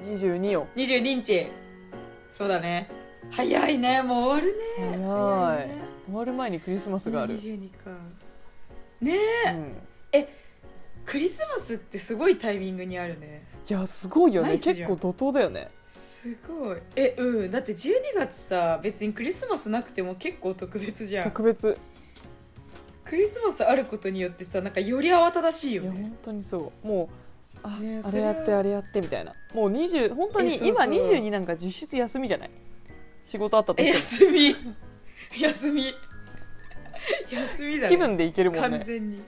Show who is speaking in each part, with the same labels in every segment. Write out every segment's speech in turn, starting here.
Speaker 1: 22を
Speaker 2: 22日そうだね早いねもう終わるね
Speaker 1: 早い終わる前にクリスマスがある、
Speaker 2: 22かねえ、
Speaker 1: うん
Speaker 2: クリスマスってすごいタイミングにあるね
Speaker 1: いやすごいよ
Speaker 2: ナ
Speaker 1: ね
Speaker 2: イスじ
Speaker 1: 結
Speaker 2: ゃん
Speaker 1: 構怒涛だよね
Speaker 2: すごいえうんだって12月さ別にクリスマスなくても結構特別じゃん
Speaker 1: 特別
Speaker 2: クリスマスあることによってさなんかより慌ただしいよ
Speaker 1: いや
Speaker 2: ね
Speaker 1: 本当にそうもうあ,、
Speaker 2: ね
Speaker 1: あ
Speaker 2: そ
Speaker 1: れ
Speaker 2: れ
Speaker 1: や
Speaker 2: は
Speaker 1: ってあれやってみたいなもう20本当に
Speaker 2: えそう
Speaker 1: 今
Speaker 2: そう
Speaker 1: 22なんか実質休みじゃない仕事あったと
Speaker 2: え
Speaker 1: して
Speaker 2: 休み 休み 休みだ
Speaker 1: も気
Speaker 2: ね
Speaker 1: 分でいけるもん
Speaker 2: 完
Speaker 1: ね
Speaker 2: 全に、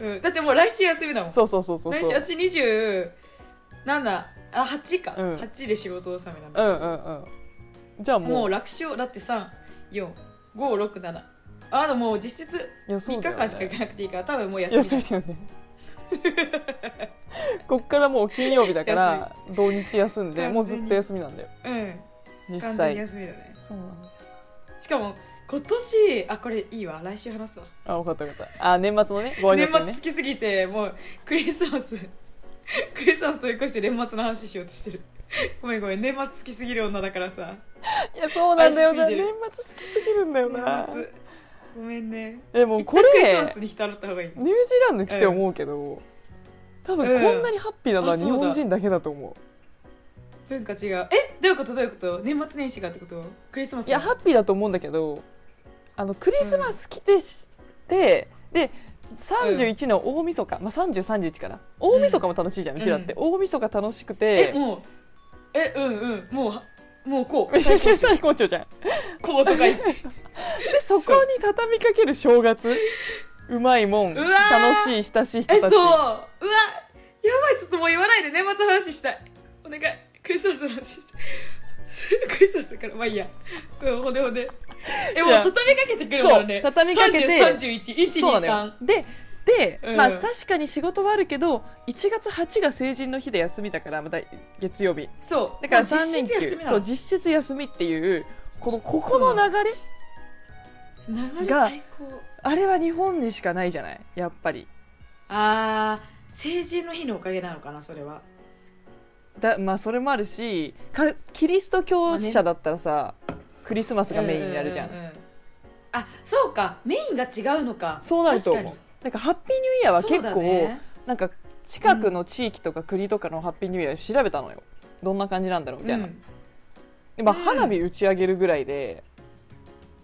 Speaker 2: うん、だってもう来週休みだもん
Speaker 1: そうそうそうそう
Speaker 2: 来
Speaker 1: そう
Speaker 2: 週私27あ8か、
Speaker 1: うん
Speaker 2: 8で仕事納めなん
Speaker 1: う
Speaker 2: だ、
Speaker 1: んうんうんじゃあもう
Speaker 2: もう楽勝だって34567あでももう実質
Speaker 1: いや
Speaker 2: 3日間しか行かなくていいから、多分もう休み
Speaker 1: 休みだ よねこっからもう金曜日だから土日休んでもうずっと休みなんだよ
Speaker 2: うん
Speaker 1: 実
Speaker 2: 完全
Speaker 1: 際
Speaker 2: に休みだね
Speaker 1: そうなんだ
Speaker 2: しかも今年あこれいいわ来週話すわ
Speaker 1: あ分かった分かったあ年末のねご挨
Speaker 2: 年
Speaker 1: 拶
Speaker 2: 末
Speaker 1: ね
Speaker 2: 好きすぎてもうクリスマス クリスマスと越して年末の話しようとしてる ごめんごめん年末好きすぎる女だからさ
Speaker 1: いやそうなんだよな
Speaker 2: 愛しすぎ
Speaker 1: 年末
Speaker 2: てる
Speaker 1: 好きすぎるんだよな
Speaker 2: 年末ごめんね
Speaker 1: えもうこ
Speaker 2: クリス
Speaker 1: れ
Speaker 2: マスに浸らった方がいい
Speaker 1: ニュージーランド来て思うけど、多分こんなにハッピーなのは
Speaker 2: うん
Speaker 1: 日本人だけだと思う,、
Speaker 2: 文化違うえどういうことどういうこと年末年始がってことクリスマス
Speaker 1: いやハッピーだと思うんだけどあのクリスマス来てして、で31の大晦日、まあ3031かな大晦日も楽しいじゃん、う
Speaker 2: うん
Speaker 1: ちらって、大晦日楽しくて
Speaker 2: えもうえうんうんもうはもう こう
Speaker 1: めちゃくちゃ最高潮じゃん
Speaker 2: こうとか言って
Speaker 1: でそこに畳みかける正月うまいもん
Speaker 2: うわ
Speaker 1: 楽
Speaker 2: ー
Speaker 1: しい親しい人
Speaker 2: えそ
Speaker 1: た
Speaker 2: う
Speaker 1: ち
Speaker 2: うわやばいちょっともう言わないで年末の話したいお願いクリスマスの話したいクリスマスだからまあいいや うんほんでほんでえもう
Speaker 1: いや
Speaker 2: 畳みかけてくるもん
Speaker 1: そう
Speaker 2: ね
Speaker 1: 畳みかけてそうなのよ
Speaker 2: 3031123
Speaker 1: でで、
Speaker 2: うん
Speaker 1: まあ確かに仕事はあるけど1月8が成人の日で休みだからまた月曜日
Speaker 2: そう
Speaker 1: だから
Speaker 2: まあ
Speaker 1: 3連
Speaker 2: 実質休み
Speaker 1: 休
Speaker 2: な
Speaker 1: そ
Speaker 2: の
Speaker 1: う実質休みっていうこのここの流れ
Speaker 2: 流れ
Speaker 1: が
Speaker 2: 最高
Speaker 1: あれは日本にしかないじゃないやっぱり
Speaker 2: あー成人の日のおかげなのかなそれは
Speaker 1: だまあそれもあるしかキリスト教者だったらさ、クリスマスがメインになるじゃん,、
Speaker 2: ううううあそうかメインが違うのか
Speaker 1: そうなると思う
Speaker 2: 確
Speaker 1: なんかハッピーニューイヤーは
Speaker 2: かに
Speaker 1: 結
Speaker 2: そ
Speaker 1: 構、
Speaker 2: うだね
Speaker 1: なんか近くの地域とか国とかのハッピーニューイヤー調べたのよどんな感じなんだろうみたいな、
Speaker 2: うん
Speaker 1: でまあ
Speaker 2: うん
Speaker 1: 花火打ち上げるぐらいで、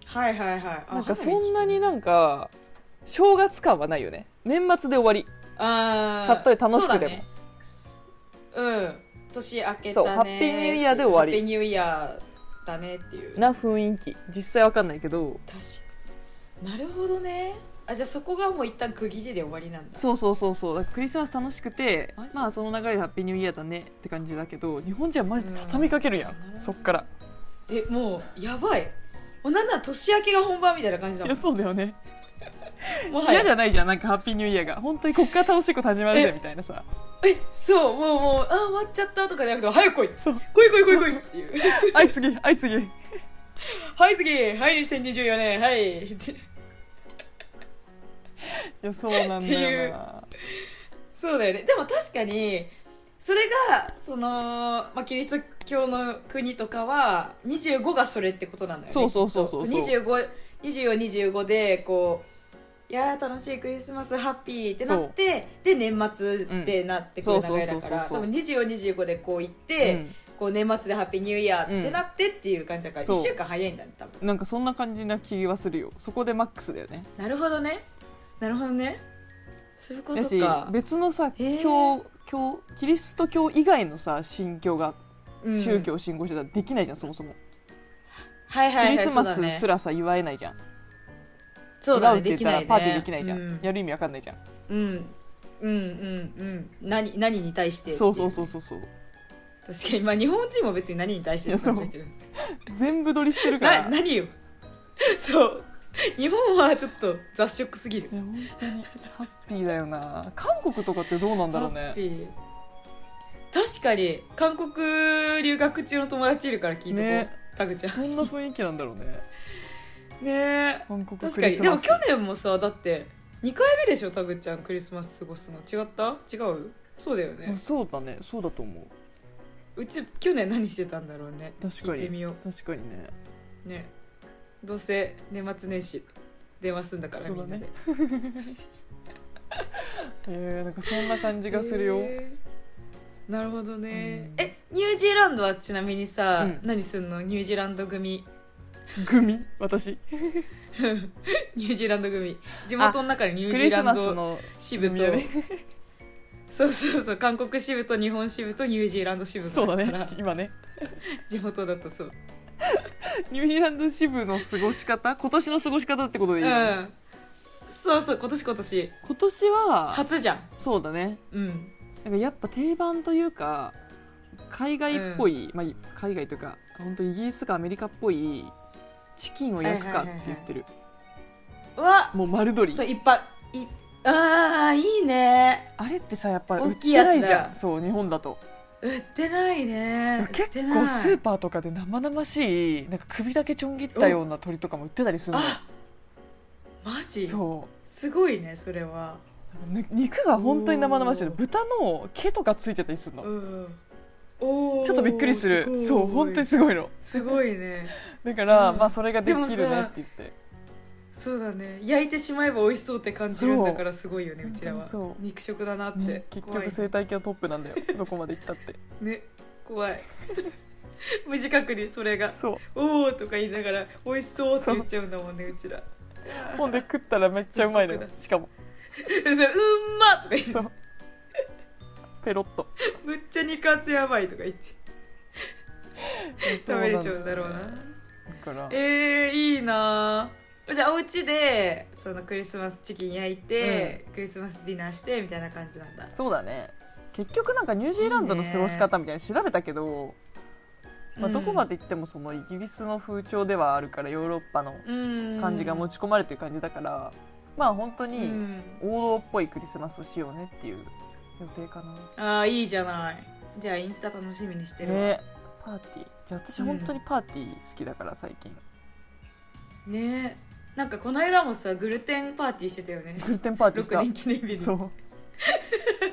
Speaker 2: はいはいはいあ
Speaker 1: なんか
Speaker 2: 花火
Speaker 1: そんなになんか正月感はないよね年末で終わり
Speaker 2: あ
Speaker 1: たとえ楽しくでも
Speaker 2: そうだねうん年明けたね
Speaker 1: そうハッピーニューイヤーで終わり
Speaker 2: ハッピーニューイヤーだねっていう
Speaker 1: な雰囲気実際わかんないけど
Speaker 2: 確かなるほどねあじゃあそこがもう一旦区切りで終わりなんだ
Speaker 1: そうそうそうそうだからクリスマス楽しくて
Speaker 2: マジ
Speaker 1: まあその流れでハッピーニューイヤーだねって感じだけど日本人はマジで畳みかけるやん、
Speaker 2: うん
Speaker 1: そっから
Speaker 2: えもうやばいもうなんなら年明けが本番みたいな感じだ
Speaker 1: い
Speaker 2: も
Speaker 1: や
Speaker 2: ん
Speaker 1: そうだよね
Speaker 2: もはや
Speaker 1: 嫌じゃないじゃんなんかハッピーニューイヤーが本当にこっから楽しいこと始まるぜ
Speaker 2: え
Speaker 1: みたいな さ
Speaker 2: えそうもうもうあ終わっちゃったとかじゃなくて早く来い
Speaker 1: そう
Speaker 2: 来い来い来い来いっていう
Speaker 1: はい次はい次
Speaker 2: はい次はい2024年はい って
Speaker 1: いやそうなんだよな
Speaker 2: そうだよねでも確かにそれがその、まあ、キリスト教の国とかは25がそれってことなんだよね
Speaker 1: そうそうそうそう
Speaker 2: きっと25 24、25でこういやー楽しいクリスマスハッピーってなってで年末ってなってく
Speaker 1: う
Speaker 2: る
Speaker 1: ん
Speaker 2: 流れだか
Speaker 1: そうそうそう
Speaker 2: ら
Speaker 1: そう
Speaker 2: 多分24、25でこう行って、
Speaker 1: うん
Speaker 2: こう年末でハッピーニューイヤーってなってっていう感じだから
Speaker 1: そ
Speaker 2: 1
Speaker 1: う
Speaker 2: 週間早いんだね多分
Speaker 1: なんかそんな感じな気はするよそこでマックスだよね
Speaker 2: なるほどねなるほどねそういうこ
Speaker 1: だ
Speaker 2: と
Speaker 1: し
Speaker 2: か、
Speaker 1: 別のさ
Speaker 2: へー
Speaker 1: 教教キリスト教以外のさ信教が
Speaker 2: うん
Speaker 1: 宗教を信仰してたらできないじゃん、そもそも
Speaker 2: はいは
Speaker 1: ク
Speaker 2: い
Speaker 1: リ
Speaker 2: はい
Speaker 1: スマスすらさ祝えないじゃん
Speaker 2: そうだ
Speaker 1: 祝
Speaker 2: ね
Speaker 1: うって
Speaker 2: で
Speaker 1: 言っ
Speaker 2: き
Speaker 1: た
Speaker 2: ない
Speaker 1: ら
Speaker 2: ね
Speaker 1: パーティーできないじゃん、
Speaker 2: うん
Speaker 1: やる意味わかんないじゃん
Speaker 2: うんうんうんうん何何に対して
Speaker 1: そうそうそううそうそう
Speaker 2: 確かにまあ日本人も別に何に対してって感じだ けど
Speaker 1: 全部撮りしてるか
Speaker 2: な
Speaker 1: らいや
Speaker 2: 何よ そう日本はちょっと雑食すぎる
Speaker 1: 本当にハッピーだよな韓国とかってどうなんだろう
Speaker 2: ハッ
Speaker 1: ね
Speaker 2: ピー確かに韓国留学中の友達いるから聞いとこう、
Speaker 1: ね
Speaker 2: タグちゃん
Speaker 1: どんな雰囲気なんだろうね
Speaker 2: ねえ
Speaker 1: 韓国クリス
Speaker 2: 確
Speaker 1: マ
Speaker 2: か
Speaker 1: ス
Speaker 2: にでも去年もさだって2回目でしょタグちゃんクリスマス過ごすの違った違うそうだよね
Speaker 1: そうだねそうだと思う
Speaker 2: うち去年何してたんだろうね
Speaker 1: 確か
Speaker 2: 聞いてみ
Speaker 1: に
Speaker 2: よ
Speaker 1: 確かにね
Speaker 2: うねどうせ年末年始電話すんだから
Speaker 1: そう
Speaker 2: み
Speaker 1: だ
Speaker 2: んな
Speaker 1: ね
Speaker 2: で
Speaker 1: えー、なんかそんな感じがするよ、
Speaker 2: へーなるほどね、
Speaker 1: うん
Speaker 2: えニュージーランドはちなみにさ、
Speaker 1: うん
Speaker 2: 何すんのニュージーランド組
Speaker 1: グミ私
Speaker 2: ニュージーランド組地元の中にニュ
Speaker 1: ク
Speaker 2: ージー
Speaker 1: リス
Speaker 2: ラ
Speaker 1: マ
Speaker 2: ン
Speaker 1: ス
Speaker 2: ド
Speaker 1: の
Speaker 2: 支部
Speaker 1: グ
Speaker 2: と
Speaker 1: ミ屋ね
Speaker 2: そうそうそう韓国支部と日本支部とニュージーランド支部
Speaker 1: そうだ
Speaker 2: から
Speaker 1: ね今ね
Speaker 2: 地元だとそう
Speaker 1: ニュージーランド支部の過ごし方今年の過ごし方ってことで
Speaker 2: う
Speaker 1: いいよね、
Speaker 2: んそうそう今年今年
Speaker 1: 今年は
Speaker 2: 初じゃん
Speaker 1: そうだね
Speaker 2: うん
Speaker 1: なんかやっぱ定番というか海外っぽい、まあ、海外というか本当イギリスかアメリカっぽいチキンを焼くかって言ってる、
Speaker 2: うわ
Speaker 1: もう丸鶏
Speaker 2: そういっぱいいあーいいね
Speaker 1: あれってさやっぱ売
Speaker 2: 大
Speaker 1: っ
Speaker 2: き
Speaker 1: て
Speaker 2: いやつ
Speaker 1: な
Speaker 2: だ
Speaker 1: いじゃんそう日本だと
Speaker 2: 売ってないね
Speaker 1: 結
Speaker 2: 売ってな
Speaker 1: 構
Speaker 2: い
Speaker 1: スーパーとかで生々しいなんか首だけちょん切ったような鳥とかも売ってたりするのよ
Speaker 2: あマジ
Speaker 1: そ
Speaker 2: すごいねそれは
Speaker 1: うぬ肉が本当に生々しいの
Speaker 2: おー
Speaker 1: 豚の毛とかついてたりするの
Speaker 2: うんおー
Speaker 1: ちょっとびっくりする
Speaker 2: ごい
Speaker 1: そう本当にすごいの
Speaker 2: すごいね
Speaker 1: だから、
Speaker 2: うん
Speaker 1: まあそれができるねっ
Speaker 2: でもさ
Speaker 1: て言って
Speaker 2: そうだね焼いてしまえば美味しそうって感じるんだからすごいよね
Speaker 1: そう
Speaker 2: うちらは
Speaker 1: 本当にそう
Speaker 2: 肉食だなって、
Speaker 1: ね結
Speaker 2: 怖い
Speaker 1: 局生態系はトップなんだ よどこまで行ったって
Speaker 2: ね怖い 無自覚にそれが
Speaker 1: そう
Speaker 2: 「おお」とか言いながら「美味しそう」って言っちゃうんだもんねうちら
Speaker 1: ほんで食ったらめっちゃうまいのよ
Speaker 2: 残酷
Speaker 1: しかも
Speaker 2: 「それうんま!」とか言って
Speaker 1: そうペロッと
Speaker 2: 「むっちゃ肉厚やばい」とか言って食べれちゃうんだろうな
Speaker 1: そなんだよねだから
Speaker 2: えー、いいなーじゃあお家でそのクリスマスチキン焼いて、クリスマスディナーしてみたいな感じなんだ
Speaker 1: そうだね結局なんかニュージーランドの過ごし方みたいに調べたけどまあ、どこまで行ってもそのイギリスの風潮ではあるからヨーロッパの感
Speaker 2: 感
Speaker 1: じが持ち込まれてる感じだから、まあ本当
Speaker 2: う
Speaker 1: に
Speaker 2: ん、
Speaker 1: 王道っぽいクリスマスをしようねっていう予定かな、
Speaker 2: ああいいじゃないじゃあインスタ楽しみにしてるわ
Speaker 1: ねパーティーじゃあ私本当にパーティー好きだから最近、
Speaker 2: ねなんかこの間もさグルテンパーティーしてたよね
Speaker 1: グルテンパーティーし
Speaker 2: 6
Speaker 1: た
Speaker 2: 年記念日に
Speaker 1: そ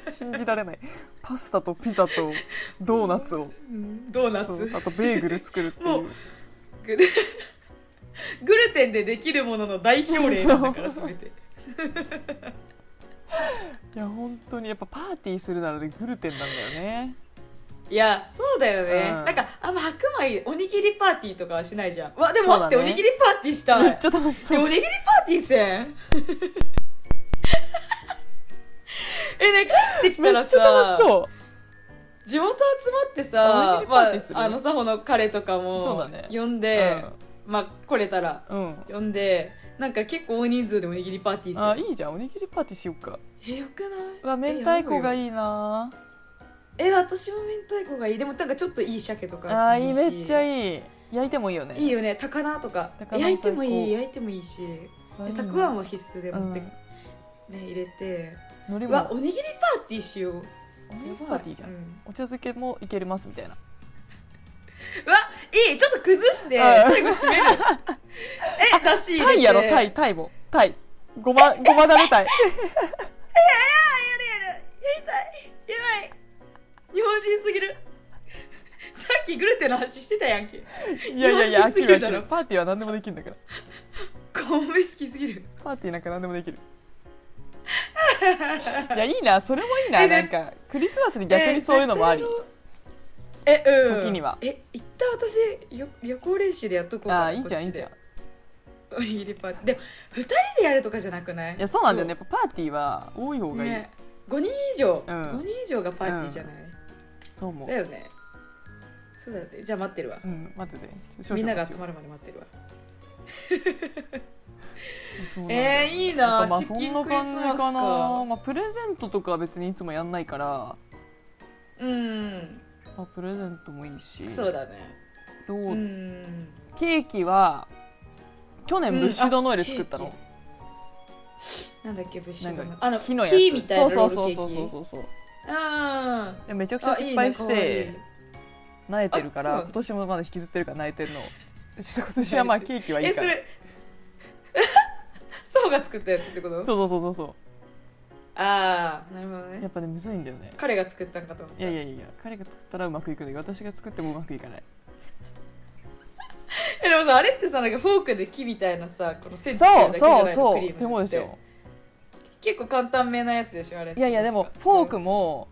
Speaker 1: う信じられないパスタとピザとドーナツを
Speaker 2: うんドーナ
Speaker 1: そう
Speaker 2: ツ
Speaker 1: あとベーグル作るっていう
Speaker 2: もうグルグルテンでできるものの代表例なんだから
Speaker 1: そ
Speaker 2: そうれて
Speaker 1: いや本当にやっぱパーティーするならねグルテンなんだよね
Speaker 2: いやそうだよね、
Speaker 1: うん
Speaker 2: なんかあんま白米おにぎりパーティーとかはしないじゃんわでも待って、
Speaker 1: そう
Speaker 2: お
Speaker 1: だね
Speaker 2: にぎりパーティーした い
Speaker 1: めっちゃ楽し
Speaker 2: で
Speaker 1: そ
Speaker 2: お
Speaker 1: う
Speaker 2: にぎりパーティーせん えね帰ってき
Speaker 1: め
Speaker 2: た
Speaker 1: っち
Speaker 2: ら
Speaker 1: ゃ
Speaker 2: さ
Speaker 1: 楽しそう
Speaker 2: 地元集まっ
Speaker 1: お
Speaker 2: て
Speaker 1: にぎ
Speaker 2: さ
Speaker 1: りパ
Speaker 2: ま
Speaker 1: ーティーする
Speaker 2: ああのサホの彼とか
Speaker 1: そう
Speaker 2: も
Speaker 1: だね
Speaker 2: 呼んで、まあ来れたら
Speaker 1: うん、うん
Speaker 2: 呼んでなんか結構大人数でおにぎりパーティー
Speaker 1: あ
Speaker 2: する
Speaker 1: いいじゃんおにぎりパーティーしようか
Speaker 2: えよく
Speaker 1: う
Speaker 2: な
Speaker 1: わ
Speaker 2: い
Speaker 1: 明太子が
Speaker 2: い
Speaker 1: いいな
Speaker 2: え私も明太子がいいでもなんかちょっといい鮭とか
Speaker 1: あーいいめっちゃ
Speaker 2: い
Speaker 1: いい焼いてもいいよね
Speaker 2: いいいよね高菜とか
Speaker 1: 高菜
Speaker 2: 焼いても
Speaker 1: 最
Speaker 2: いい
Speaker 1: 高
Speaker 2: 焼いてもいいし
Speaker 1: あいい
Speaker 2: で
Speaker 1: ね
Speaker 2: たくあんは必須で持って、
Speaker 1: うん
Speaker 2: ね入れて
Speaker 1: 海苔
Speaker 2: う
Speaker 1: も
Speaker 2: わおにぎりパーティーしよう
Speaker 1: おにぎ
Speaker 2: や
Speaker 1: り
Speaker 2: ばい
Speaker 1: パーティーじゃん、
Speaker 2: うん
Speaker 1: お茶漬けもいけれますみたいな
Speaker 2: うわいいちょっと崩して
Speaker 1: うん
Speaker 2: 最後 締めるえだし入れて
Speaker 1: タイやろタイタイもタイごまごまだれ タイ
Speaker 2: やるやるやりたいやばい日本人すぎる さっきグルテンの話してたやんけ
Speaker 1: いやいやいや
Speaker 2: 日本人す
Speaker 1: 秋は
Speaker 2: ぎる
Speaker 1: 秋
Speaker 2: だろ
Speaker 1: はパーティーは何でもできるんだから
Speaker 2: 米好きすぎる
Speaker 1: パーティーなんか何でも できるいやいいなそれもいいな
Speaker 2: えで
Speaker 1: なんかクリスマスに逆にそういうのもあり、
Speaker 2: え絶対やろうえうん
Speaker 1: 時には
Speaker 2: え一旦私よ旅行練習でやっとこうか
Speaker 1: あーいいじゃんいいじゃん
Speaker 2: んおにぎりパーティーでも2人でやるとかじゃなくない
Speaker 1: いやそうなんだよねやっぱパーティーは多い方
Speaker 2: そう
Speaker 1: がいい、
Speaker 2: ね5人以上、
Speaker 1: うん
Speaker 2: 5人以上がパーティーじゃない、
Speaker 1: そう思う
Speaker 2: だよねそうだよねじゃあ待ってるわ
Speaker 1: うん待ってて少々
Speaker 2: みんなが
Speaker 1: 待
Speaker 2: 集
Speaker 1: ち
Speaker 2: まるまで待ってるわ
Speaker 1: そうなんだよ
Speaker 2: えー、いいな
Speaker 1: なんかまあ
Speaker 2: チ
Speaker 1: そ
Speaker 2: キ
Speaker 1: ん
Speaker 2: ン
Speaker 1: な
Speaker 2: クリス
Speaker 1: 感じ
Speaker 2: マス
Speaker 1: かな
Speaker 2: か
Speaker 1: まあ、プレゼントとかは別にいつもやんないから、
Speaker 2: うん
Speaker 1: まあ、プレゼントもいいし
Speaker 2: そうだね
Speaker 1: どう
Speaker 2: うん
Speaker 1: ケーキは去年ブッシュドノエル作った
Speaker 2: うん
Speaker 1: の
Speaker 2: あ、なんだっけブッシュ
Speaker 1: な
Speaker 2: ドの
Speaker 1: ん
Speaker 2: あ
Speaker 1: か
Speaker 2: の
Speaker 1: 木のやつ
Speaker 2: 木みたいなロ
Speaker 1: そう
Speaker 2: ールケ
Speaker 1: そ
Speaker 2: ー
Speaker 1: う
Speaker 2: キ
Speaker 1: そうそうそうそう
Speaker 2: あ
Speaker 1: でめちゃくち
Speaker 2: ー
Speaker 1: ゃ
Speaker 2: あい
Speaker 1: 失
Speaker 2: いね
Speaker 1: 敗して慣れてるか
Speaker 2: あ
Speaker 1: ら
Speaker 2: そう
Speaker 1: 今年もまだ引きずってるから慣れてるの今年はまあケーキは
Speaker 2: 可愛い
Speaker 1: いい
Speaker 2: えそ
Speaker 1: から
Speaker 2: れ そうが作ったやつってこと
Speaker 1: そうそうそうそうそう
Speaker 2: ああなるほど
Speaker 1: や
Speaker 2: ね
Speaker 1: っぱねむずいんだよね
Speaker 2: 彼が作ったんかと思った
Speaker 1: いやいやいやいや彼が作ったらうまくいくのに私が作ってもうまくいかない
Speaker 2: えでもさあれってさなんかフォークで木みたいなさこの線つける
Speaker 1: そ
Speaker 2: だ
Speaker 1: う
Speaker 2: けじゃ
Speaker 1: そ
Speaker 2: ない
Speaker 1: う
Speaker 2: のク
Speaker 1: そう
Speaker 2: リームって
Speaker 1: 手もですよ
Speaker 2: 結構簡単めなやつでしょあれって
Speaker 1: いやいやでも
Speaker 2: 確か
Speaker 1: フォークも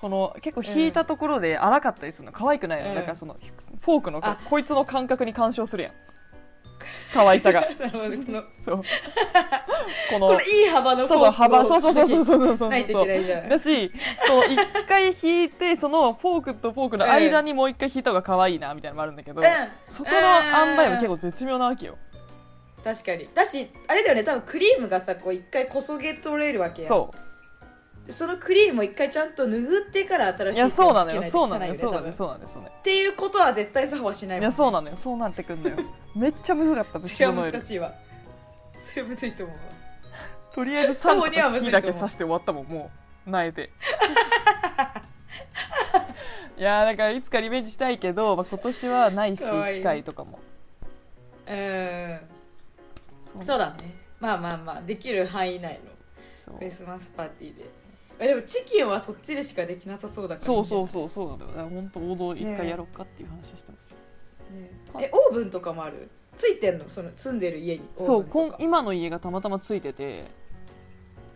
Speaker 1: この結構引いたところで荒かったりするの可愛くないの、
Speaker 2: うん
Speaker 1: だからそのフォークの
Speaker 2: あ
Speaker 1: こいつの感覚に干渉するやん可愛さが
Speaker 2: なるほどこの
Speaker 1: そうこ
Speaker 2: こ
Speaker 1: の
Speaker 2: のいい幅の
Speaker 1: そうそう幅そうそうそうそうそうそうそう
Speaker 2: ないといけないじゃん
Speaker 1: だしそう一回引いてそのフォークとフォークの間にもう一回引いた方が可愛いなみたいなのもあるんだけど、そこの塩梅も結
Speaker 2: 構
Speaker 1: 構絶妙なわけよ、
Speaker 2: 確かにだしあれだよね多分クリームがさこう一回こそげ取れるわけやん
Speaker 1: そう
Speaker 2: でそのクリームを一回ちゃんと拭ってから新し
Speaker 1: い
Speaker 2: いや
Speaker 1: や
Speaker 2: つ
Speaker 1: そうな
Speaker 2: を
Speaker 1: の
Speaker 2: つけ
Speaker 1: よ
Speaker 2: ないと
Speaker 1: そう
Speaker 2: 汚
Speaker 1: ないの
Speaker 2: よ
Speaker 1: よ
Speaker 2: ね
Speaker 1: そう
Speaker 2: 多
Speaker 1: なの
Speaker 2: 分
Speaker 1: よそ
Speaker 2: っ
Speaker 1: うなのよそうなのよ
Speaker 2: ていうことは絶対作法はしないも
Speaker 1: い
Speaker 2: ん
Speaker 1: やそうなのよそうなってくんだよめっちゃむずかった私
Speaker 2: それ
Speaker 1: の
Speaker 2: は
Speaker 1: ノエル
Speaker 2: 難しいわそれはむずいと思うわ
Speaker 1: とりあえず3個
Speaker 2: そうにはむ
Speaker 1: の
Speaker 2: ずい
Speaker 1: 木
Speaker 2: と
Speaker 1: だ
Speaker 2: 思う
Speaker 1: け刺して終わったもんもう泣いて いやーだからいつかリベンジしたいけど、まあ、今年はないし
Speaker 2: かわいい
Speaker 1: 機会とかも
Speaker 2: う
Speaker 1: そ
Speaker 2: んそうだねまあまあまあできる範囲内の
Speaker 1: そう
Speaker 2: クリスマスパーティーでえでもチキンはそっちでしかできなさそうだから
Speaker 1: そうそううそうそうなんだよだから本当王道一回やろうかっていう話をしてます、
Speaker 2: えオーブンとかもあるついてんのその住んでる家に
Speaker 1: そ
Speaker 2: オ
Speaker 1: う
Speaker 2: ーブンとか
Speaker 1: こん今の家がたまたまついてて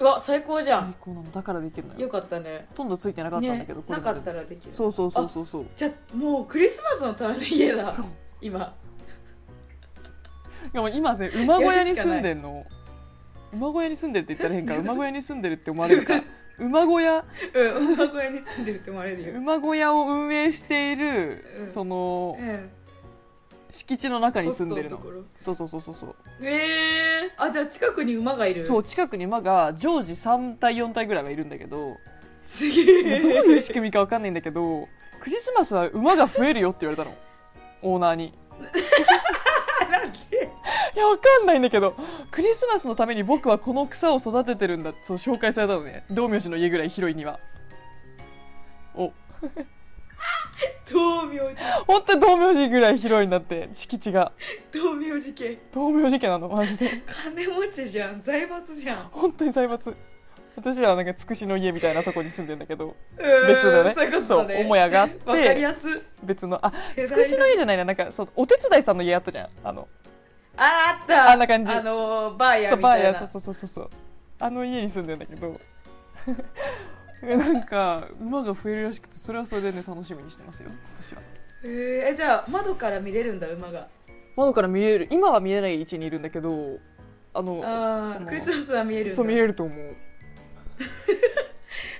Speaker 2: うわ最高じゃ
Speaker 1: 最
Speaker 2: ん
Speaker 1: 高なのだからできるのよ
Speaker 2: よかったね
Speaker 1: ほとんどついてなかったんだ
Speaker 2: ね
Speaker 1: けど、これ
Speaker 2: な
Speaker 1: ま
Speaker 2: か
Speaker 1: で
Speaker 2: ったらできる
Speaker 1: そうそうそうそうそう
Speaker 2: じゃあもうクリスマスのための家だ
Speaker 1: そう
Speaker 2: 今
Speaker 1: いやもう今ね馬小屋に住んでんの馬小屋に住んでるって言ったら変か馬小屋に住んでるって思われるか馬小屋
Speaker 2: うん馬小屋に住んでるって思われるよ
Speaker 1: 馬小屋を運営している、
Speaker 2: うん
Speaker 1: その
Speaker 2: うん
Speaker 1: 敷地の中に住んでるの
Speaker 2: ホストとこ
Speaker 1: そうそうそうそうそう
Speaker 2: ろえー、あじゃあ近くに馬がいる
Speaker 1: そう近くに馬が常時3体4体ぐらいはいるんだけど
Speaker 2: すげ
Speaker 1: も
Speaker 2: え
Speaker 1: うどう いう仕組みかわかんないんだけどクリスマスは馬が増えるよって言われたのオーナーに いやわかんないんだけどクリスマスのために僕はこの草を育ててるんだそう紹介されたのね道明寺の家ぐらい広いにはお
Speaker 2: 道明寺
Speaker 1: 本当に道明寺ぐらい広いんだって敷地が
Speaker 2: 道明寺系
Speaker 1: 道明寺家なのマジで
Speaker 2: 金持ちじゃん財閥じゃん
Speaker 1: 本当に財閥私らはなんかつくしの家みたいなとこに住んでんだけど
Speaker 2: うーん
Speaker 1: 別のね
Speaker 2: そういうことだね
Speaker 1: そう母屋があって
Speaker 2: わかりやす
Speaker 1: 別のあ
Speaker 2: 世
Speaker 1: つく
Speaker 2: 代
Speaker 1: し
Speaker 2: だ
Speaker 1: の家じゃないななんかそうお手伝いさんの家あったじゃんあの
Speaker 2: ああった
Speaker 1: あんな感じ
Speaker 2: あのーバーヤ
Speaker 1: そう
Speaker 2: ーみ
Speaker 1: バ
Speaker 2: た
Speaker 1: ー
Speaker 2: い
Speaker 1: や
Speaker 2: な
Speaker 1: そうそうそうそうあの家に住んでんだけど なんか馬が増えるらしくてそれはそれでね楽しみにしてますよ私は
Speaker 2: へーえじゃあ窓から見れるんだ馬が
Speaker 1: 窓から見れる今は見えない位置にいるんだけどあの
Speaker 2: あ
Speaker 1: そ
Speaker 2: あ
Speaker 1: の
Speaker 2: クリスマスは見えるんだ
Speaker 1: そう見れると思う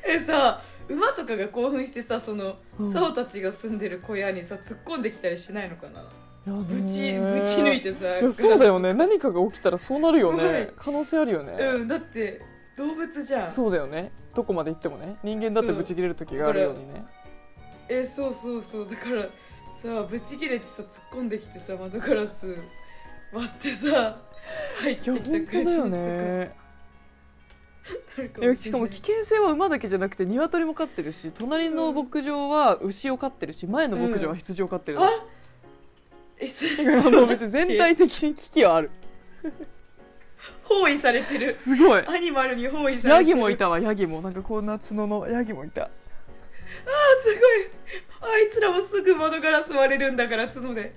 Speaker 2: えさ馬とかが興奮してさその
Speaker 1: うん
Speaker 2: サオたちが住んでる小屋にさ突っ込んできたりしないのかなぶちぶ
Speaker 1: ぶ
Speaker 2: ち抜いてさ
Speaker 1: そうだよね何かが起きたらそうなるよ
Speaker 2: はい
Speaker 1: ね可能性あるよね、
Speaker 2: うんだって動物じゃん
Speaker 1: そうだよねどこまで行ってもね人間だってぶち切れる時があるようにね
Speaker 2: えそうそうそうだからさぶち切れてさ突っ込んできてさ窓ガラス割ってさ入って
Speaker 1: いや
Speaker 2: きたク
Speaker 1: 本
Speaker 2: リ
Speaker 1: 当
Speaker 2: ス
Speaker 1: だよ
Speaker 2: マスとか
Speaker 1: ね
Speaker 2: なるか
Speaker 1: いやしかも
Speaker 2: し
Speaker 1: 危険性は馬だけじゃなくて鶏も飼ってるし隣の牧場は牛を飼ってるし前の牧場は羊を飼って
Speaker 2: れ
Speaker 1: る
Speaker 2: ない
Speaker 1: の、
Speaker 2: あえそれ
Speaker 1: だからもう別に全体的に危機はある
Speaker 2: 包囲されてる
Speaker 1: すごい
Speaker 2: アニマルに包囲されてる
Speaker 1: ヤギもいたわヤギもなんかこんな角のヤギもいた
Speaker 2: すごいあいつらもすぐ窓ガラス割れるんだから角で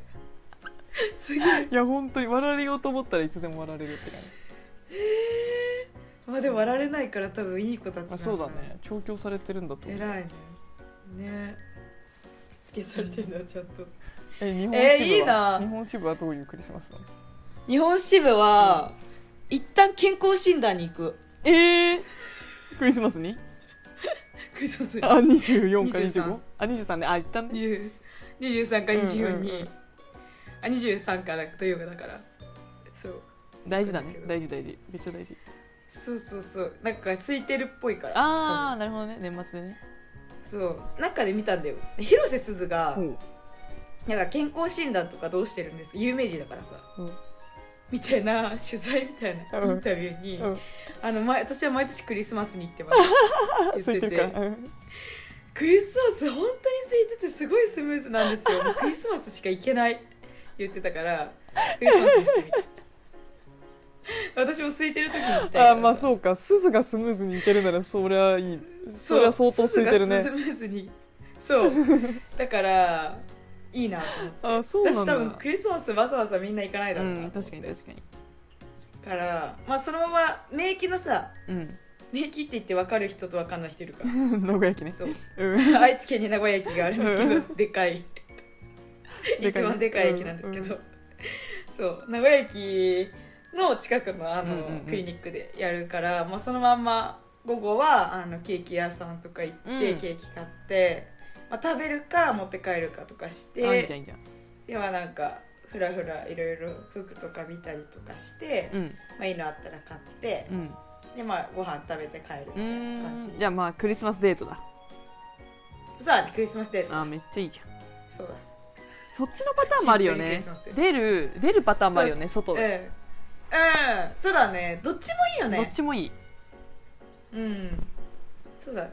Speaker 2: すごい
Speaker 1: いや本当に割られようと思ったらいつでも割られるって感じ、
Speaker 2: まあでも割られないから多分いい子たち
Speaker 1: ま
Speaker 2: な
Speaker 1: あ、
Speaker 2: ん
Speaker 1: そうだね調教されてるんだと思う
Speaker 2: 偉いねねしつけされてるなちゃんと
Speaker 1: え日本支部は、
Speaker 2: えーいいな
Speaker 1: 日本支部はどういうクリスマスなの
Speaker 2: 日本支部は、一旦健康診断に行く
Speaker 1: えー、クリスマスに
Speaker 2: クリスマスに
Speaker 1: あ24か
Speaker 2: 23
Speaker 1: 25あ23ねあ一旦ね
Speaker 2: 20 23か24に、
Speaker 1: うんうんうん
Speaker 2: あ23かだ土曜日だからそう
Speaker 1: 大事だね大事大事めっちゃ大事
Speaker 2: そうそうそうなんか空いてるっぽいから
Speaker 1: ああなるほどね年末でね
Speaker 2: 多分そうなんかで見たんだよ広瀬すずが、
Speaker 1: うん
Speaker 2: なんか健康診断とかどうしてるんです有名人だからさ
Speaker 1: うん
Speaker 2: みたいな取材みたいなイ
Speaker 1: うん
Speaker 2: ンタビューに、
Speaker 1: うん
Speaker 2: あの前私は毎年クリスマスに行ってます 言
Speaker 1: 空い
Speaker 2: ってて
Speaker 1: る
Speaker 2: て
Speaker 1: からうん
Speaker 2: クリスマス本当に空いててすごいスムーズなんですよもうクリスマスしか行けないって言ってたからクリスマスにしてみた私も空いてる時に行きたい
Speaker 1: あまあ
Speaker 2: う
Speaker 1: そうかすずがスムーズにいけるならそりゃいいそりゃ相当空いてるね
Speaker 2: スムーズにそうだからいいなと思って
Speaker 1: あそうなんだ
Speaker 2: 私多分クリスマスわざわざみんな行かないだ
Speaker 1: う
Speaker 2: ろうなと
Speaker 1: ん
Speaker 2: 思って、
Speaker 1: 確かに確かに
Speaker 2: からまあそのまま免疫のさ
Speaker 1: う
Speaker 2: 免疫って言って分かる人と分かんない人いるから
Speaker 1: ん 名古屋駅ね
Speaker 2: そう
Speaker 1: うん
Speaker 2: 愛知県に名古屋駅があるんですけどでかい
Speaker 1: でかい
Speaker 2: 一番でかい駅なんですけど、そう名古屋駅の近くのあの、
Speaker 1: うんうんうん
Speaker 2: クリニックでやるから、まあ、そのまんま午後はあのケーキ屋さんとか行って、
Speaker 1: うん
Speaker 2: ケーキ買って、まあ、食べるか持って帰るかとかし
Speaker 1: あいいじゃ
Speaker 2: て
Speaker 1: んいいじゃん
Speaker 2: ではなんかふらふらいろいろ服とか見たりとかして、
Speaker 1: うん
Speaker 2: まあ、いいのあったら買って
Speaker 1: う、ん
Speaker 2: でまあご飯食べて帰るみ
Speaker 1: う
Speaker 2: たいな感じ
Speaker 1: ーんじゃあまあクリスマスデートだ
Speaker 2: さあクリスマスデート
Speaker 1: あーめっちゃいいじゃん
Speaker 2: そうだ
Speaker 1: そっちのパターンもあるよ
Speaker 2: シンプルにクリ
Speaker 1: ね
Speaker 2: スマスデート
Speaker 1: 出る出るパターンもあるよね
Speaker 2: う
Speaker 1: 外
Speaker 2: ん、
Speaker 1: で
Speaker 2: うん、そうだねどっちもいいよね
Speaker 1: どっちもいい
Speaker 2: うんそうだね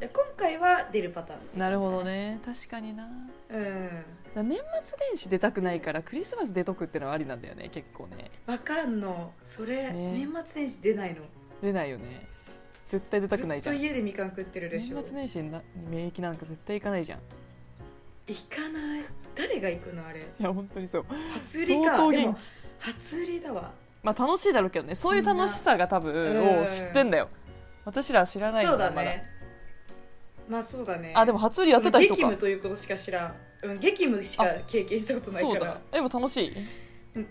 Speaker 2: で今回は出るパターン
Speaker 1: なるほどね確かにな
Speaker 2: うん
Speaker 1: だから年末年始出たくないからクリスマス出とくってのはありなんだよね結構ね
Speaker 2: わかんのそれ、
Speaker 1: ね
Speaker 2: 年末年始出ないの
Speaker 1: 出ないよね絶対出たくないじゃん
Speaker 2: ずっと家でみかん食ってるで
Speaker 1: 年
Speaker 2: しょ
Speaker 1: 末年始にな免疫なんか絶対行かないじゃんい
Speaker 2: 行かない誰が行くのあれ
Speaker 1: や本当にそう
Speaker 2: 初売り
Speaker 1: 相
Speaker 2: か
Speaker 1: 当
Speaker 2: で
Speaker 1: 元
Speaker 2: も
Speaker 1: 気
Speaker 2: 初売りだわ
Speaker 1: まあ楽しいだろうけどねそういう楽しさが多
Speaker 2: みんな
Speaker 1: 分を知ってんだよ私らは知らないん
Speaker 2: そ
Speaker 1: よ
Speaker 2: うだねまあそうだね
Speaker 1: まだあでも初売りやってた人
Speaker 2: 激
Speaker 1: か
Speaker 2: 務ということしか知らん、うん、激務しか経験したことない
Speaker 1: そ
Speaker 2: か
Speaker 1: う
Speaker 2: ら
Speaker 1: だでも楽しい
Speaker 2: うん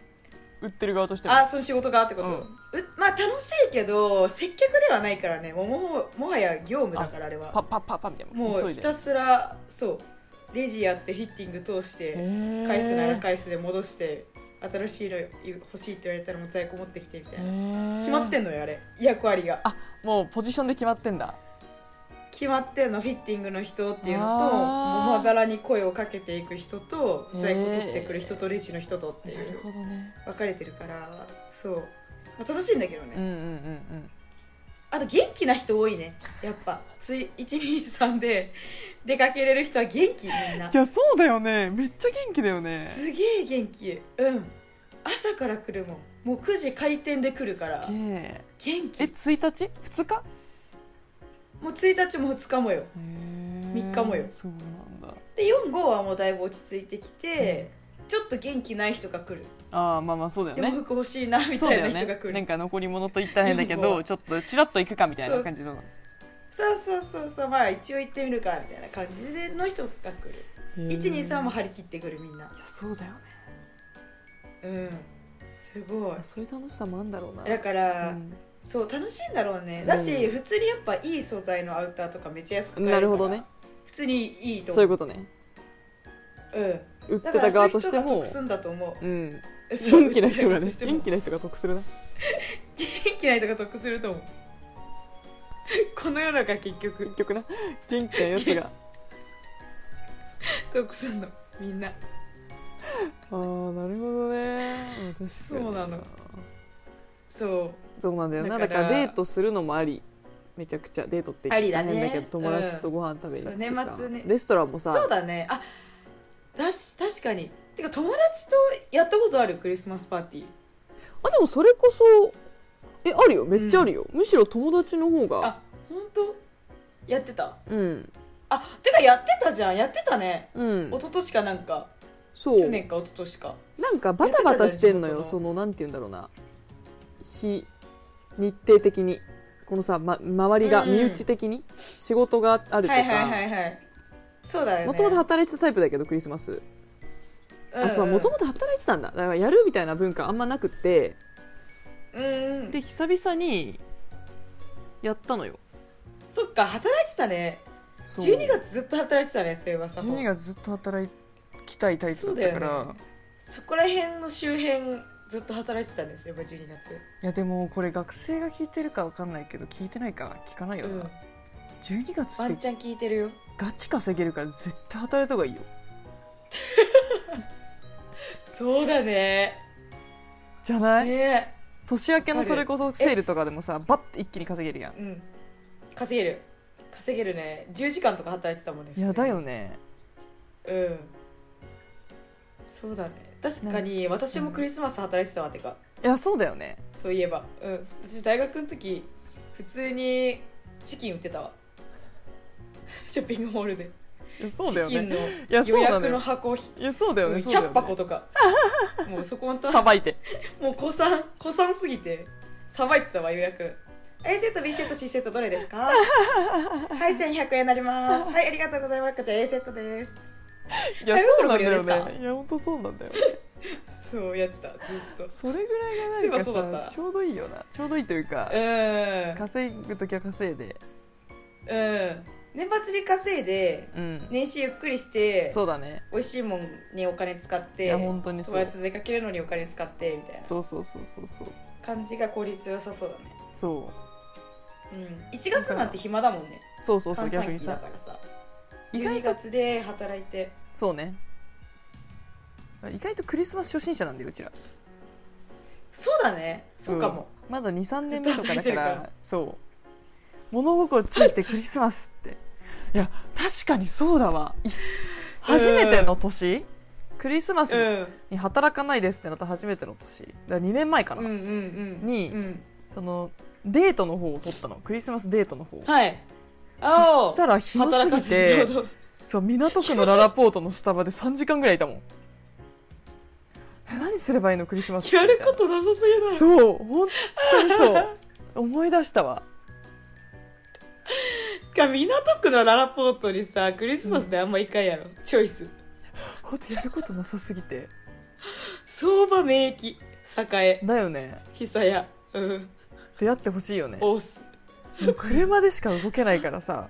Speaker 1: 売ってる側としても
Speaker 2: あその仕事がってこと、
Speaker 1: う
Speaker 2: うんまあ楽しいけど接客ではないからねもうもほもはや業務だからあれ
Speaker 1: パッ
Speaker 2: は
Speaker 1: パッパッパッみたいな
Speaker 2: もう
Speaker 1: 急い
Speaker 2: ひ
Speaker 1: で
Speaker 2: たすらそうレジやってヒッティング通して
Speaker 1: へー
Speaker 2: 返すなら返すで戻して新しいの欲しいって言われたらもう在庫持ってきてみたい
Speaker 1: へ
Speaker 2: な
Speaker 1: ー
Speaker 2: 決まってんのよあれ役割が
Speaker 1: あもうポジションで決まってんだ
Speaker 2: 決まってんのフィッティングの人っていうの
Speaker 1: あ
Speaker 2: と
Speaker 1: ー
Speaker 2: もまがらに声をかけていく人と
Speaker 1: へー
Speaker 2: 在庫取ってくる人とレジの人とってい
Speaker 1: なる
Speaker 2: う
Speaker 1: ほどね
Speaker 2: 分かれてるからそう、まあ、楽しいんだけどね
Speaker 1: うんうんうん
Speaker 2: あと元気な人多いねやっぱつい123で出かけれる人は元気みんな
Speaker 1: うんいやそうだよねめっちゃ元気だよね
Speaker 2: すげえ元気うん朝から来るもんもう9時開店で来るから
Speaker 1: すげええ
Speaker 2: 元気
Speaker 1: 1日 ?2 日
Speaker 2: もう1日も2日もよ
Speaker 1: 3
Speaker 2: 三日もよ
Speaker 1: そうなんだ
Speaker 2: で45はもうだいぶ落ち着いてきて、ちょっと元気ない人が来る
Speaker 1: ああまあまあそうだよ
Speaker 2: でも
Speaker 1: ね
Speaker 2: 服欲しいなみ
Speaker 1: そう
Speaker 2: た
Speaker 1: だ
Speaker 2: い
Speaker 1: よ
Speaker 2: な人が
Speaker 1: ね
Speaker 2: 来る、
Speaker 1: なんか残り物と言ったら変だけ
Speaker 2: 貧乏
Speaker 1: どちょっとチラッと行くかみたいな感じの
Speaker 2: そうそうそうそうまあ一応行ってみるかみたいな感じでの人が来る123も
Speaker 1: い
Speaker 2: 張り切ってくるみんな
Speaker 1: やそうだよね
Speaker 2: うんすごい
Speaker 1: そういう楽しさもあるんだろうな
Speaker 2: だから、
Speaker 1: うん
Speaker 2: そう楽しいんだろうね
Speaker 1: うん
Speaker 2: だし、普通にやっぱいい素材のアウターとかめっちゃ安く買えるから
Speaker 1: なるほどね
Speaker 2: 普通にいいと
Speaker 1: そうい
Speaker 2: 思
Speaker 1: ううことね
Speaker 2: うん
Speaker 1: 売っ
Speaker 2: だ
Speaker 1: て
Speaker 2: か
Speaker 1: た
Speaker 2: らそうい
Speaker 1: 側
Speaker 2: う人
Speaker 1: として
Speaker 2: が
Speaker 1: も
Speaker 2: 得すんだと思
Speaker 1: う
Speaker 2: うんそう
Speaker 1: 元気な人が ね
Speaker 2: 売ってる側としても
Speaker 1: 元気な人が得するな
Speaker 2: 元気な人が得すると思うこの世の中結局
Speaker 1: 結局な元気な やつが
Speaker 2: 得すんのみんな
Speaker 1: ああなるほどねうん確かに
Speaker 2: そうなのそ
Speaker 1: そうなんだよなだ
Speaker 2: だから
Speaker 1: からデートするのもありめちゃくちゃデートって
Speaker 2: ありだね
Speaker 1: 大変だけど友達とご飯食べに行くとか
Speaker 2: うんそう年末ね
Speaker 1: レストランも
Speaker 2: う
Speaker 1: さ
Speaker 2: そうだねあだし確かにてか友達とやったことあるクリスマスパーティー
Speaker 1: あでもそれこそえあるよめっちゃあるよ、むしろ友達の方が
Speaker 2: あ本当やってた
Speaker 1: うん
Speaker 2: あてかやってたじゃんやってたね
Speaker 1: うん
Speaker 2: 一昨年かなんか
Speaker 1: そ
Speaker 2: 去
Speaker 1: う
Speaker 2: 年か一昨年か
Speaker 1: なんかバタバタしてんの
Speaker 2: や
Speaker 1: よ
Speaker 2: ってたじ
Speaker 1: そ
Speaker 2: ゃん
Speaker 1: のなんて言うんだろうな日日程的にこのさ、ま、周りが
Speaker 2: うんうん
Speaker 1: 身内的に仕事があると
Speaker 2: はいはいは
Speaker 1: か
Speaker 2: いはいそうだよね
Speaker 1: もともと働いてたタイプだけどクリスマスあそうもと
Speaker 2: も
Speaker 1: もと働いてたんだだからやるみたいな文化あんまなくって
Speaker 2: とうんうん
Speaker 1: で久々にやったのよ
Speaker 2: そっか働いてたね
Speaker 1: そう
Speaker 2: 12月ずっと働いてたねそういえばさ
Speaker 1: 12月ずっと働きたいタイプだったか
Speaker 2: そうだ
Speaker 1: ら、
Speaker 2: よねそこら辺の周辺ずっと働いてたんですよやっぱ12月
Speaker 1: いやでもこれ学生が聞いてるかわかんないけど聞いてないか聞かないよな、
Speaker 2: うん
Speaker 1: 12月
Speaker 2: ワ
Speaker 1: っ
Speaker 2: ン
Speaker 1: て
Speaker 2: チャン聞いてるよ
Speaker 1: ガチ稼げるから絶対働いた方がいいよ
Speaker 2: そうだね
Speaker 1: じゃない、
Speaker 2: ね
Speaker 1: 年明けのそれこそセールとかでもさバッて一気に稼げるやん
Speaker 2: うん稼げる稼げるね10時間とか働いてたもんね
Speaker 1: いや
Speaker 2: 普通
Speaker 1: だ
Speaker 2: に
Speaker 1: よね
Speaker 2: うんそうだね確かに私もクリスマス働いてたわてか
Speaker 1: いやそうだよね
Speaker 2: そういえばうん私大学の時普通にチキン売ってたわ ショッピングモールで、
Speaker 1: いやそうだ
Speaker 2: チ
Speaker 1: よ
Speaker 2: キン
Speaker 1: ね
Speaker 2: の
Speaker 1: いや
Speaker 2: 予
Speaker 1: そうだ
Speaker 2: 約
Speaker 1: ね
Speaker 2: の箱ひ
Speaker 1: いやそうだよねそうだよね
Speaker 2: 100箱とかもうそこのた
Speaker 1: さばいて
Speaker 2: もう子さん子さんすぎてさばいてたわ予約 A セット B セット C セットどれ ですかはい1200円になりますはいありがとうございますこちら A セットです
Speaker 1: いや
Speaker 2: 食べ
Speaker 1: そう
Speaker 2: 物
Speaker 1: なんだ
Speaker 2: 無
Speaker 1: よ
Speaker 2: 料ですか
Speaker 1: ねいや本当そうなんだよね
Speaker 2: そうやってたずっとう
Speaker 1: それぐらいがなんか
Speaker 2: そういえばそうだっ
Speaker 1: さ
Speaker 2: た
Speaker 1: ちょうどいいよなちょうどいいというか
Speaker 2: んうん
Speaker 1: 稼ぐ時は稼いで
Speaker 2: 年末に稼いで
Speaker 1: うん
Speaker 2: 年始ゆっくりして
Speaker 1: そうだね
Speaker 2: 美味しいもんにお金使っ
Speaker 1: い
Speaker 2: て
Speaker 1: や
Speaker 2: 友
Speaker 1: 本当にそう
Speaker 2: 達と出かけるのにお金使ってみたいな
Speaker 1: そうそうそうそうそう
Speaker 2: 感じが効率良さそうだね
Speaker 1: そう
Speaker 2: うん1月なんて暇だもんね
Speaker 1: そうそうそう
Speaker 2: 閑
Speaker 1: 逆
Speaker 2: 散
Speaker 1: に
Speaker 2: 期だ
Speaker 1: さ
Speaker 2: からさ
Speaker 1: 意外
Speaker 2: 12
Speaker 1: と
Speaker 2: 月で働いて
Speaker 1: そうね意外とクリスマス初心者なんだようちら
Speaker 2: そうだねそうかも、
Speaker 1: うんまだ23年目とかだから
Speaker 2: ずっと働いてるから
Speaker 1: そう物心ついてクリスマスっていや確かにそうだわい初めての年クリスマ
Speaker 2: うん
Speaker 1: スに働かないですってなった初めての年だ2年前かな、
Speaker 2: うんうんうん
Speaker 1: に
Speaker 2: うん
Speaker 1: そのデートの方を取ったのクリスマスデートの方
Speaker 2: はい
Speaker 1: そ
Speaker 2: あ
Speaker 1: したら暇すぎてそう港区のララポートのスタバで3時間ぐらいいたもんえ何すればいいのクリスマスって
Speaker 2: や
Speaker 1: み
Speaker 2: る
Speaker 1: たいな
Speaker 2: ことなさすぎだ
Speaker 1: そう本当にそう思い出したわ
Speaker 2: か港区のララポートにさクリスマスであんま行かんやろ、チョイス
Speaker 1: 本当やることなさすぎて
Speaker 2: 相場免疫栄
Speaker 1: だよね
Speaker 2: 久屋うん
Speaker 1: 出会ってほしいよねも
Speaker 2: オース
Speaker 1: う車でしか動けないからさ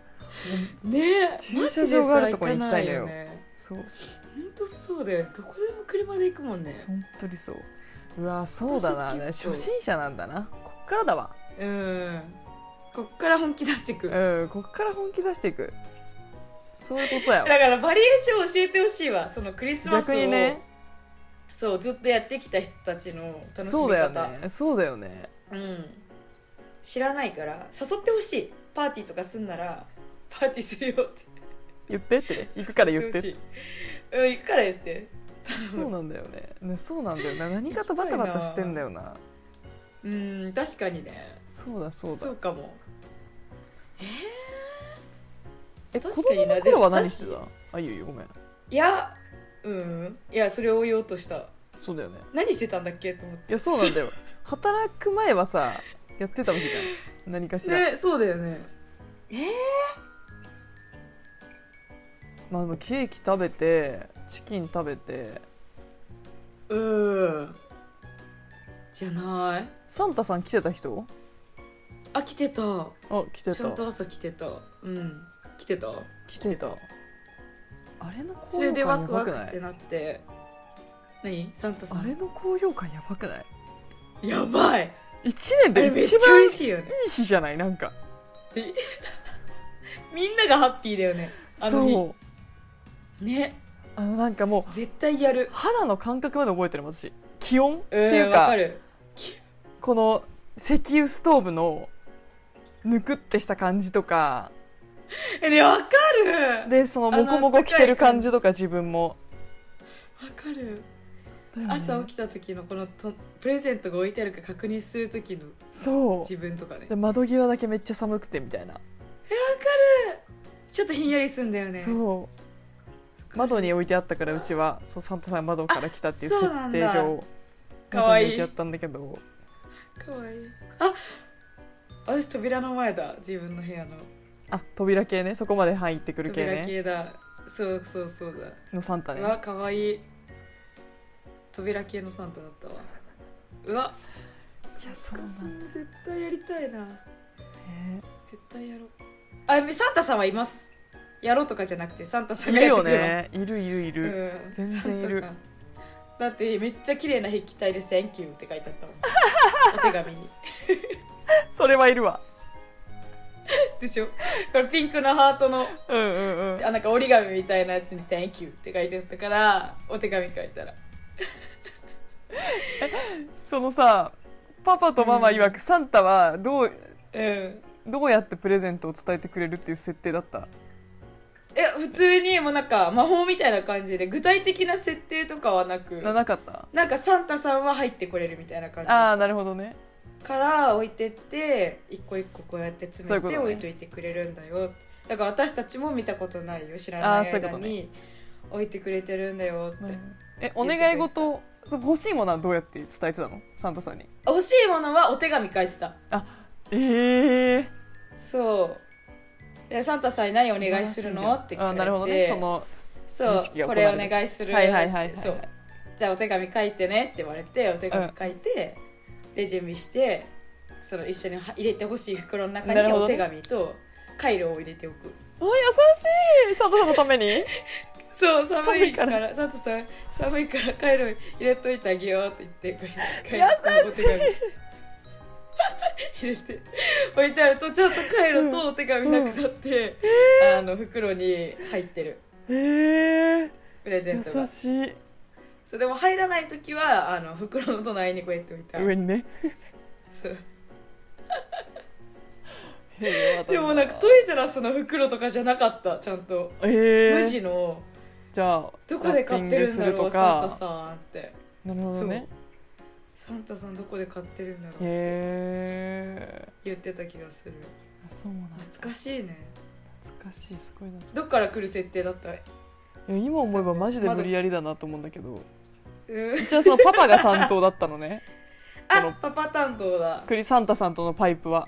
Speaker 2: ねえ
Speaker 1: 駐車場があるとこに行きたいのよ
Speaker 2: マジでさ行かないね
Speaker 1: そう
Speaker 2: ほんとそうだよどこでも車で行くもんね
Speaker 1: 本当にそううわそうだな
Speaker 2: 私結構
Speaker 1: 初心者なんだなこっからだわ
Speaker 2: うんこっから本気出していくだ
Speaker 1: うんこっから本気出していくそういうことやわ
Speaker 2: からバリエーション教えてほしいわそのクリスマス
Speaker 1: 逆
Speaker 2: を、
Speaker 1: にね
Speaker 2: そうずっとやってきた人たちの楽しみ方
Speaker 1: そうだよねそうだよね
Speaker 2: うん、知らないから誘ってほしいパーティーとかすんならパーティーするよって
Speaker 1: 言ってって行くから言っ
Speaker 2: 誘
Speaker 1: て
Speaker 2: ほしいうん行くから言って
Speaker 1: そうなんだよねねそうなんだよな何かとバタバタしてんだよな
Speaker 2: うん確かにね
Speaker 1: そうだそうだ
Speaker 2: そうかも
Speaker 1: え子
Speaker 2: 確かに
Speaker 1: 供
Speaker 2: な
Speaker 1: の頃は
Speaker 2: でも
Speaker 1: 何してたあいいよいいよごめん
Speaker 2: いやうんいやそれを言おうとした
Speaker 1: そうだよね
Speaker 2: 何してたんだっけと思っ
Speaker 1: いやそうなんだよ働く前はさやってたわけじゃん何かしてら、
Speaker 2: そうだよね
Speaker 1: まあ、でもケーキ食べてチキン食べて
Speaker 2: うんじゃない
Speaker 1: サンタさん来てた人
Speaker 2: あ来てた
Speaker 1: あ来て
Speaker 2: ちゃん
Speaker 1: た
Speaker 2: と朝来てたうん来てた
Speaker 1: 来てたあれの高
Speaker 2: それ
Speaker 1: 揚
Speaker 2: でワ
Speaker 1: 感や
Speaker 2: ク
Speaker 1: ば
Speaker 2: ワ
Speaker 1: く
Speaker 2: ク
Speaker 1: な
Speaker 2: って
Speaker 1: い
Speaker 2: なって何サンタさん
Speaker 1: あれの高揚感やばくない
Speaker 2: やばい
Speaker 1: 1年
Speaker 2: あ
Speaker 1: で
Speaker 2: れめっち
Speaker 1: 一
Speaker 2: ゃ
Speaker 1: 番いい
Speaker 2: 嬉しいよね
Speaker 1: 日じゃないなんか
Speaker 2: みんながハッピーだよねあの日
Speaker 1: そう
Speaker 2: ね
Speaker 1: あのなんかもう
Speaker 2: 絶対やる
Speaker 1: 肌の感覚まで覚えてるもん私気温って
Speaker 2: ん
Speaker 1: いう
Speaker 2: わ
Speaker 1: か
Speaker 2: かる
Speaker 1: この石油ストーブのぬくってした感じとか
Speaker 2: えねわかる
Speaker 1: でそのモコモコ着てる感じとか自分も
Speaker 2: わかる
Speaker 1: だよね
Speaker 2: 朝起きた時のこのとプレゼントが置いてあるか確認する時の
Speaker 1: そう
Speaker 2: 自分とかね
Speaker 1: で窓際だけめっちゃ寒くてみたいな、
Speaker 2: ちょっとひんやりすんだよね
Speaker 1: そう窓に置いてあったからうちはそうサンタさん窓から来たっていう
Speaker 2: あ
Speaker 1: 設
Speaker 2: そうなん
Speaker 1: 定
Speaker 2: だ
Speaker 1: 上
Speaker 2: かわ
Speaker 1: 窓に
Speaker 2: いい
Speaker 1: 置いてあったんだけど
Speaker 2: かわいいあ私扉の前だ自分の部屋の
Speaker 1: あ扉系ねそこまで入ってくる系
Speaker 2: 扉
Speaker 1: ね
Speaker 2: 系だそうそうそうだ
Speaker 1: のサンタね
Speaker 2: うわかわいい扉系のサンタだったわうわ懐かしい
Speaker 1: ね
Speaker 2: 絶対やりたいな絶対やろうあサンタさんはいますやろうとかじゃなくてサンタさん
Speaker 1: い
Speaker 2: が
Speaker 1: る
Speaker 2: やって
Speaker 1: よ
Speaker 2: くれます
Speaker 1: ねいるいるいる、
Speaker 2: うん
Speaker 1: 全然いる
Speaker 2: サンタさんだってめっちゃ綺麗な筆記体で「Thank you」って書いてあ ったもんお手紙に
Speaker 1: それはいるわ
Speaker 2: でしょこれピンクのハートの
Speaker 1: うんうんうん
Speaker 2: あなんか折り紙みたいなやつに「Thank you」って書いてあったからお手紙書いたら
Speaker 1: そのさパパとママ曰く、サンタはどう
Speaker 2: うん
Speaker 1: どうやってプレゼントを伝えてくれるっていう設定だった
Speaker 2: え普通にもうなんか魔法みたいな感じで具体的な設定とかはなく
Speaker 1: ななかった
Speaker 2: なんかサンタさんは入ってこれるみたいな感じ
Speaker 1: ああなるほどね
Speaker 2: から置いてって一個一個こうやって詰
Speaker 1: そ
Speaker 2: め
Speaker 1: うい
Speaker 2: て
Speaker 1: うこと
Speaker 2: 置
Speaker 1: ね
Speaker 2: いといてくれるんだよだから私たちも見たことないよ知らない
Speaker 1: あーそういう
Speaker 2: 間
Speaker 1: ことね
Speaker 2: に置いてくれてるんだよって、
Speaker 1: えお願い事そう欲しいものはどうやって伝えてたのサンタさんに
Speaker 2: 欲しいものはお手紙書いてた
Speaker 1: ええ
Speaker 2: そうでサンタさんに何お願いするのって聞かれて
Speaker 1: なるほどねその
Speaker 2: そう
Speaker 1: 意識が行
Speaker 2: こ
Speaker 1: わ
Speaker 2: れ
Speaker 1: れ
Speaker 2: お
Speaker 1: る
Speaker 2: 願いする
Speaker 1: はいはいはいはい
Speaker 2: そうじゃあお手紙書いてねって言われてお手紙書いて、で準備してその一緒に入れてほしい袋の中
Speaker 1: なる
Speaker 2: に
Speaker 1: ほ
Speaker 2: お
Speaker 1: どね
Speaker 2: 手紙とカイロを入れておく
Speaker 1: あ優しいサンタさんのた めに
Speaker 2: そう寒いから
Speaker 1: 寒
Speaker 2: サンタさん寒いからカイロ入れといてあげようって言って
Speaker 1: 優しい
Speaker 2: い入れて置いてあるとちゃんとカイロとお手紙なくなって、あの袋に入ってる
Speaker 1: ええ
Speaker 2: プレゼントが
Speaker 1: 優しい
Speaker 2: そうでも入らない時はあの袋の隣にこうやって置いた
Speaker 1: 上にね
Speaker 2: そうで
Speaker 1: で
Speaker 2: もなんかトイザらスの袋とかじゃなかったちゃんと
Speaker 1: ええ
Speaker 2: 無地の
Speaker 1: じゃあ
Speaker 2: どこで買ってるんだ
Speaker 1: ラッピングす
Speaker 2: ろ
Speaker 1: と
Speaker 2: うサンタ
Speaker 1: か
Speaker 2: さんって
Speaker 1: なるほどね
Speaker 2: サンタさんどこで買ってるんだろうっ
Speaker 1: へ
Speaker 2: て
Speaker 1: え
Speaker 2: 言ってた気がする
Speaker 1: そうなんだ
Speaker 2: 懐かしいね
Speaker 1: 懐かしいすごい懐か
Speaker 2: どっから来る設定だったうん
Speaker 1: しいいや今思えばマジで無理やりだなと思うんだけどうちはそのパパが担当だったの ねこの
Speaker 2: あパパ担当だ
Speaker 1: クリサンタさんとのパイプは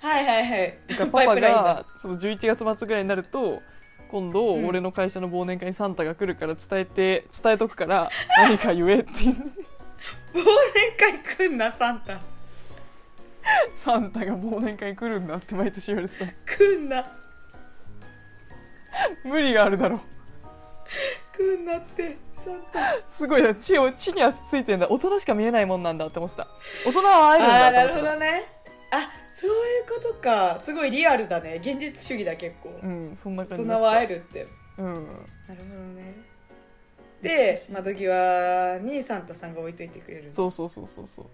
Speaker 2: はいはいはい
Speaker 1: だから
Speaker 2: パ
Speaker 1: パ
Speaker 2: イ
Speaker 1: パ
Speaker 2: プラインだ
Speaker 1: がその11月末ぐらいになると今度
Speaker 2: うん
Speaker 1: 俺の会社の忘年会にサンタが来るから伝えて伝えとくから何か言えって言って
Speaker 2: 忘年会来んなサンタ
Speaker 1: サンタが忘年会来るんだって毎年言われてた
Speaker 2: 来んな
Speaker 1: 無理があるだろう
Speaker 2: 来んなってサンタ
Speaker 1: すごいな地を地に足ついてんだ大人しか見えないもんなんだって思ってた大人は会えるん
Speaker 2: ああーな
Speaker 1: だ
Speaker 2: る
Speaker 1: と
Speaker 2: ほ
Speaker 1: 思っ
Speaker 2: ど
Speaker 1: て
Speaker 2: ねあそういうことかすごいリアルだね現実主義だ結構、
Speaker 1: たうんそんな
Speaker 2: 大
Speaker 1: 感じ
Speaker 2: 人
Speaker 1: だった
Speaker 2: は会えるって
Speaker 1: うん
Speaker 2: なるほどね
Speaker 1: 懐
Speaker 2: で
Speaker 1: かしい
Speaker 2: 窓際にサンタさんが置いといてくれる
Speaker 1: そうそうそうそうそう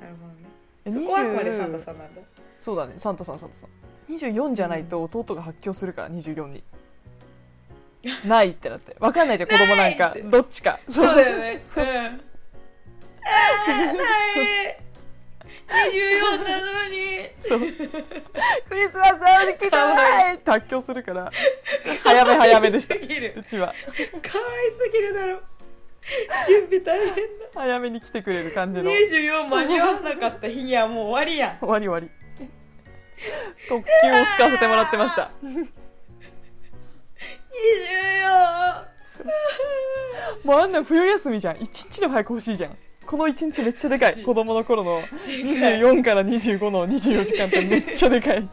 Speaker 2: なるほどね
Speaker 1: え
Speaker 2: そこはあくまで
Speaker 1: 20
Speaker 2: サンタさんなんだ
Speaker 1: そうだねサンタさんサンタさん24じゃないと弟が発狂するから24に、ないってなって分かんないじゃん子供なん
Speaker 2: ないっ
Speaker 1: か
Speaker 2: て
Speaker 1: どっちか
Speaker 2: そうだよね
Speaker 1: そう
Speaker 2: うんあーない24なのに
Speaker 1: そうクリスマスは来てないって発狂するから早め早めでした
Speaker 2: かわいすぎ
Speaker 1: う
Speaker 2: る
Speaker 1: ちは
Speaker 2: かわいすぎるだろ準備大 変
Speaker 1: 早めに来てくれる感じ
Speaker 2: だ
Speaker 1: の
Speaker 2: 24間に合わなかった日にはもう終わりやん
Speaker 1: 終わり終わり特急を使わせてもらってました
Speaker 2: 24
Speaker 1: もうあんなん冬休みじゃん一日でも早く欲しいじゃんこの一日めっちゃでか
Speaker 2: 欲し
Speaker 1: い
Speaker 2: い
Speaker 1: 子供の頃の24から25の24時間ってめっちゃでかい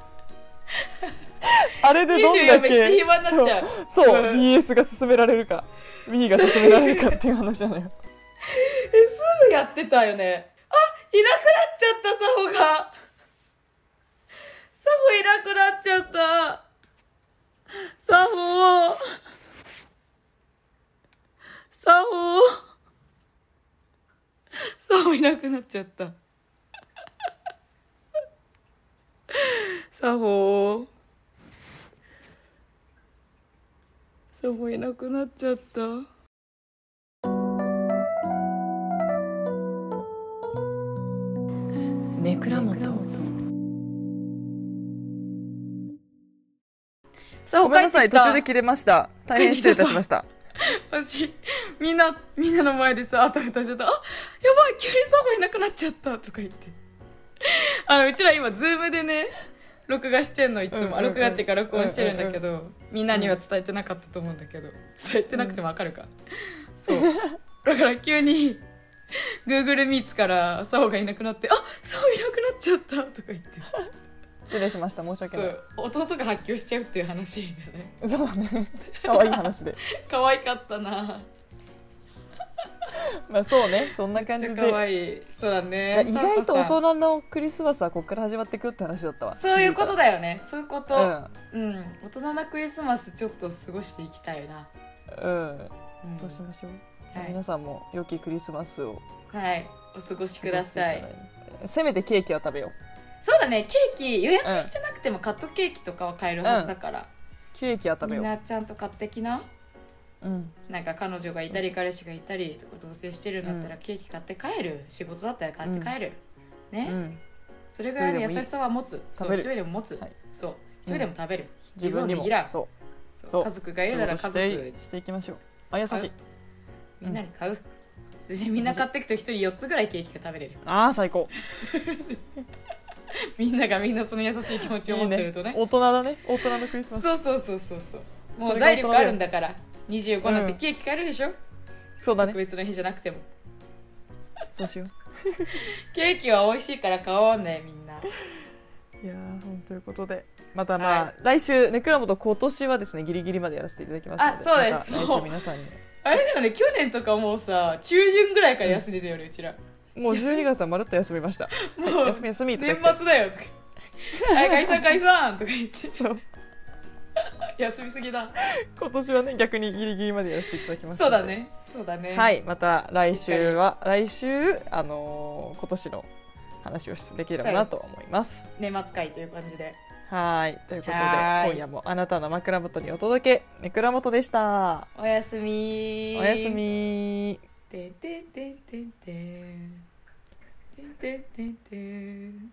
Speaker 1: あれでどんだ
Speaker 2: 24
Speaker 1: け
Speaker 2: めっちゃ暇になっちゃう
Speaker 1: そうそう
Speaker 2: うん
Speaker 1: DS が進められるか Wii が進められるかっていう話 なのよ
Speaker 2: えすぐやってたよねあいなくなっちゃったサホがサホいなくなっちゃったサホサホサホいなくなっちゃったサホサホいなくなっちゃった。
Speaker 1: ねくらもと
Speaker 2: さあ、
Speaker 1: ごめんなさい
Speaker 2: 帰って
Speaker 1: 途
Speaker 2: きた
Speaker 1: 中で切れました大変失礼いたしました
Speaker 2: 私、みんな、みんなの前でさ、あたふたしてた。あ、やばい、急にサボいなくなっちゃった、とか言って。あの、うちら今、ズームでね、録画してんの、いつも。
Speaker 1: うんうんうん
Speaker 2: 録画っていうか録音してるんだけど、みんなには伝えてなかったと思うんだけど、伝えてなくてもわかるか。そう。だから急に、Google Meets からサボがいなくなって、あ、サボいなくなっちゃった、とか言って。
Speaker 1: 失礼しました申し訳
Speaker 2: そ、
Speaker 1: ないう
Speaker 2: 弟が発狂しちゃうっていう話だね。
Speaker 1: そうだね可愛い話で
Speaker 2: 可愛かったな
Speaker 1: まあそうねそんな感
Speaker 2: め
Speaker 1: じ
Speaker 2: っ
Speaker 1: で
Speaker 2: ちゃ可愛いそうだね
Speaker 1: 意外と
Speaker 2: サ
Speaker 1: 大
Speaker 2: ンタさん
Speaker 1: 人のクリスマスはここから始まってくって話だったわ
Speaker 2: そういうことだよねそういうこと
Speaker 1: うん
Speaker 2: うん、大人なクリスマスちょっと過ごしていきたいな、
Speaker 1: うん、
Speaker 2: ん
Speaker 1: そうしましょう、
Speaker 2: はい
Speaker 1: 皆さんも良きクリスマスを
Speaker 2: はいお過ごしくださ
Speaker 1: 過
Speaker 2: い
Speaker 1: ごしてただいてせめてケーキは食べよ
Speaker 2: そうだねケーキ予約してなくてもカットケーキとかは買えるはずだから、
Speaker 1: うケーキは食べ
Speaker 2: みん
Speaker 1: よ
Speaker 2: なちゃんと買ってきな
Speaker 1: ううん
Speaker 2: なんか彼女がいたり彼氏がいたりとか同棲してるんだったらケーキ買って帰る仕事だったら買って帰る、ね、
Speaker 1: うん
Speaker 2: それぐらいの優しさは持つそう
Speaker 1: 食べ
Speaker 2: 一
Speaker 1: る
Speaker 2: 人でも持つ、
Speaker 1: はい
Speaker 2: そう一人でも食べる、
Speaker 1: 自分に
Speaker 2: を
Speaker 1: も
Speaker 2: 握らう
Speaker 1: そう
Speaker 2: そう
Speaker 1: そう
Speaker 2: 家族がいるなら家
Speaker 1: そういう
Speaker 2: 族
Speaker 1: ことしてしていきましょうあ優しい
Speaker 2: みんなに買う、そしてみんな買っていくと一人4つぐらいケーキが食べれる
Speaker 1: あー最高
Speaker 2: みんながみんなその優しい気持ちを持ってるとね
Speaker 1: いい大人だね大人のクリスマス
Speaker 2: そうそうそうそうそうも
Speaker 1: そうれが大
Speaker 2: 財
Speaker 1: 人だよ
Speaker 2: 力あるんだから25
Speaker 1: うん
Speaker 2: なんてケーキ買えるでしょ、
Speaker 1: そうだ
Speaker 2: 特
Speaker 1: ね
Speaker 2: 別な日じゃなくても
Speaker 1: そうしよ
Speaker 2: ケーキは美味しいから買おうねみんな
Speaker 1: ういやーほんということでまたまあ、
Speaker 2: は
Speaker 1: 来週ネクラモと今年はですねギリギリまでやらせていただきますので
Speaker 2: あそうです
Speaker 1: また
Speaker 2: も
Speaker 1: 来
Speaker 2: う
Speaker 1: 週皆さんに
Speaker 2: あれだよね去年とかもうさ中旬ぐらいから休んでたよねうちら
Speaker 1: もう12月はまるっと休みました
Speaker 2: もう、
Speaker 1: 休み休みとか
Speaker 2: 年
Speaker 1: 言って
Speaker 2: 末 だよとか「はい解散解散」とか言って
Speaker 1: そう
Speaker 2: 休みすぎだ
Speaker 1: 今年はね逆にギリギリまでやらせていただきます
Speaker 2: そうだねそうだね
Speaker 1: はいまた来週は来週あのー今年の話をしてできればなと思います
Speaker 2: 年末会という感じで
Speaker 1: はいということで
Speaker 2: はーい
Speaker 1: 今夜もあなたの枕元にお届け枕元でした
Speaker 2: おやすみ
Speaker 1: おやすみ
Speaker 2: てんてんてんてんてんてんてんてんてん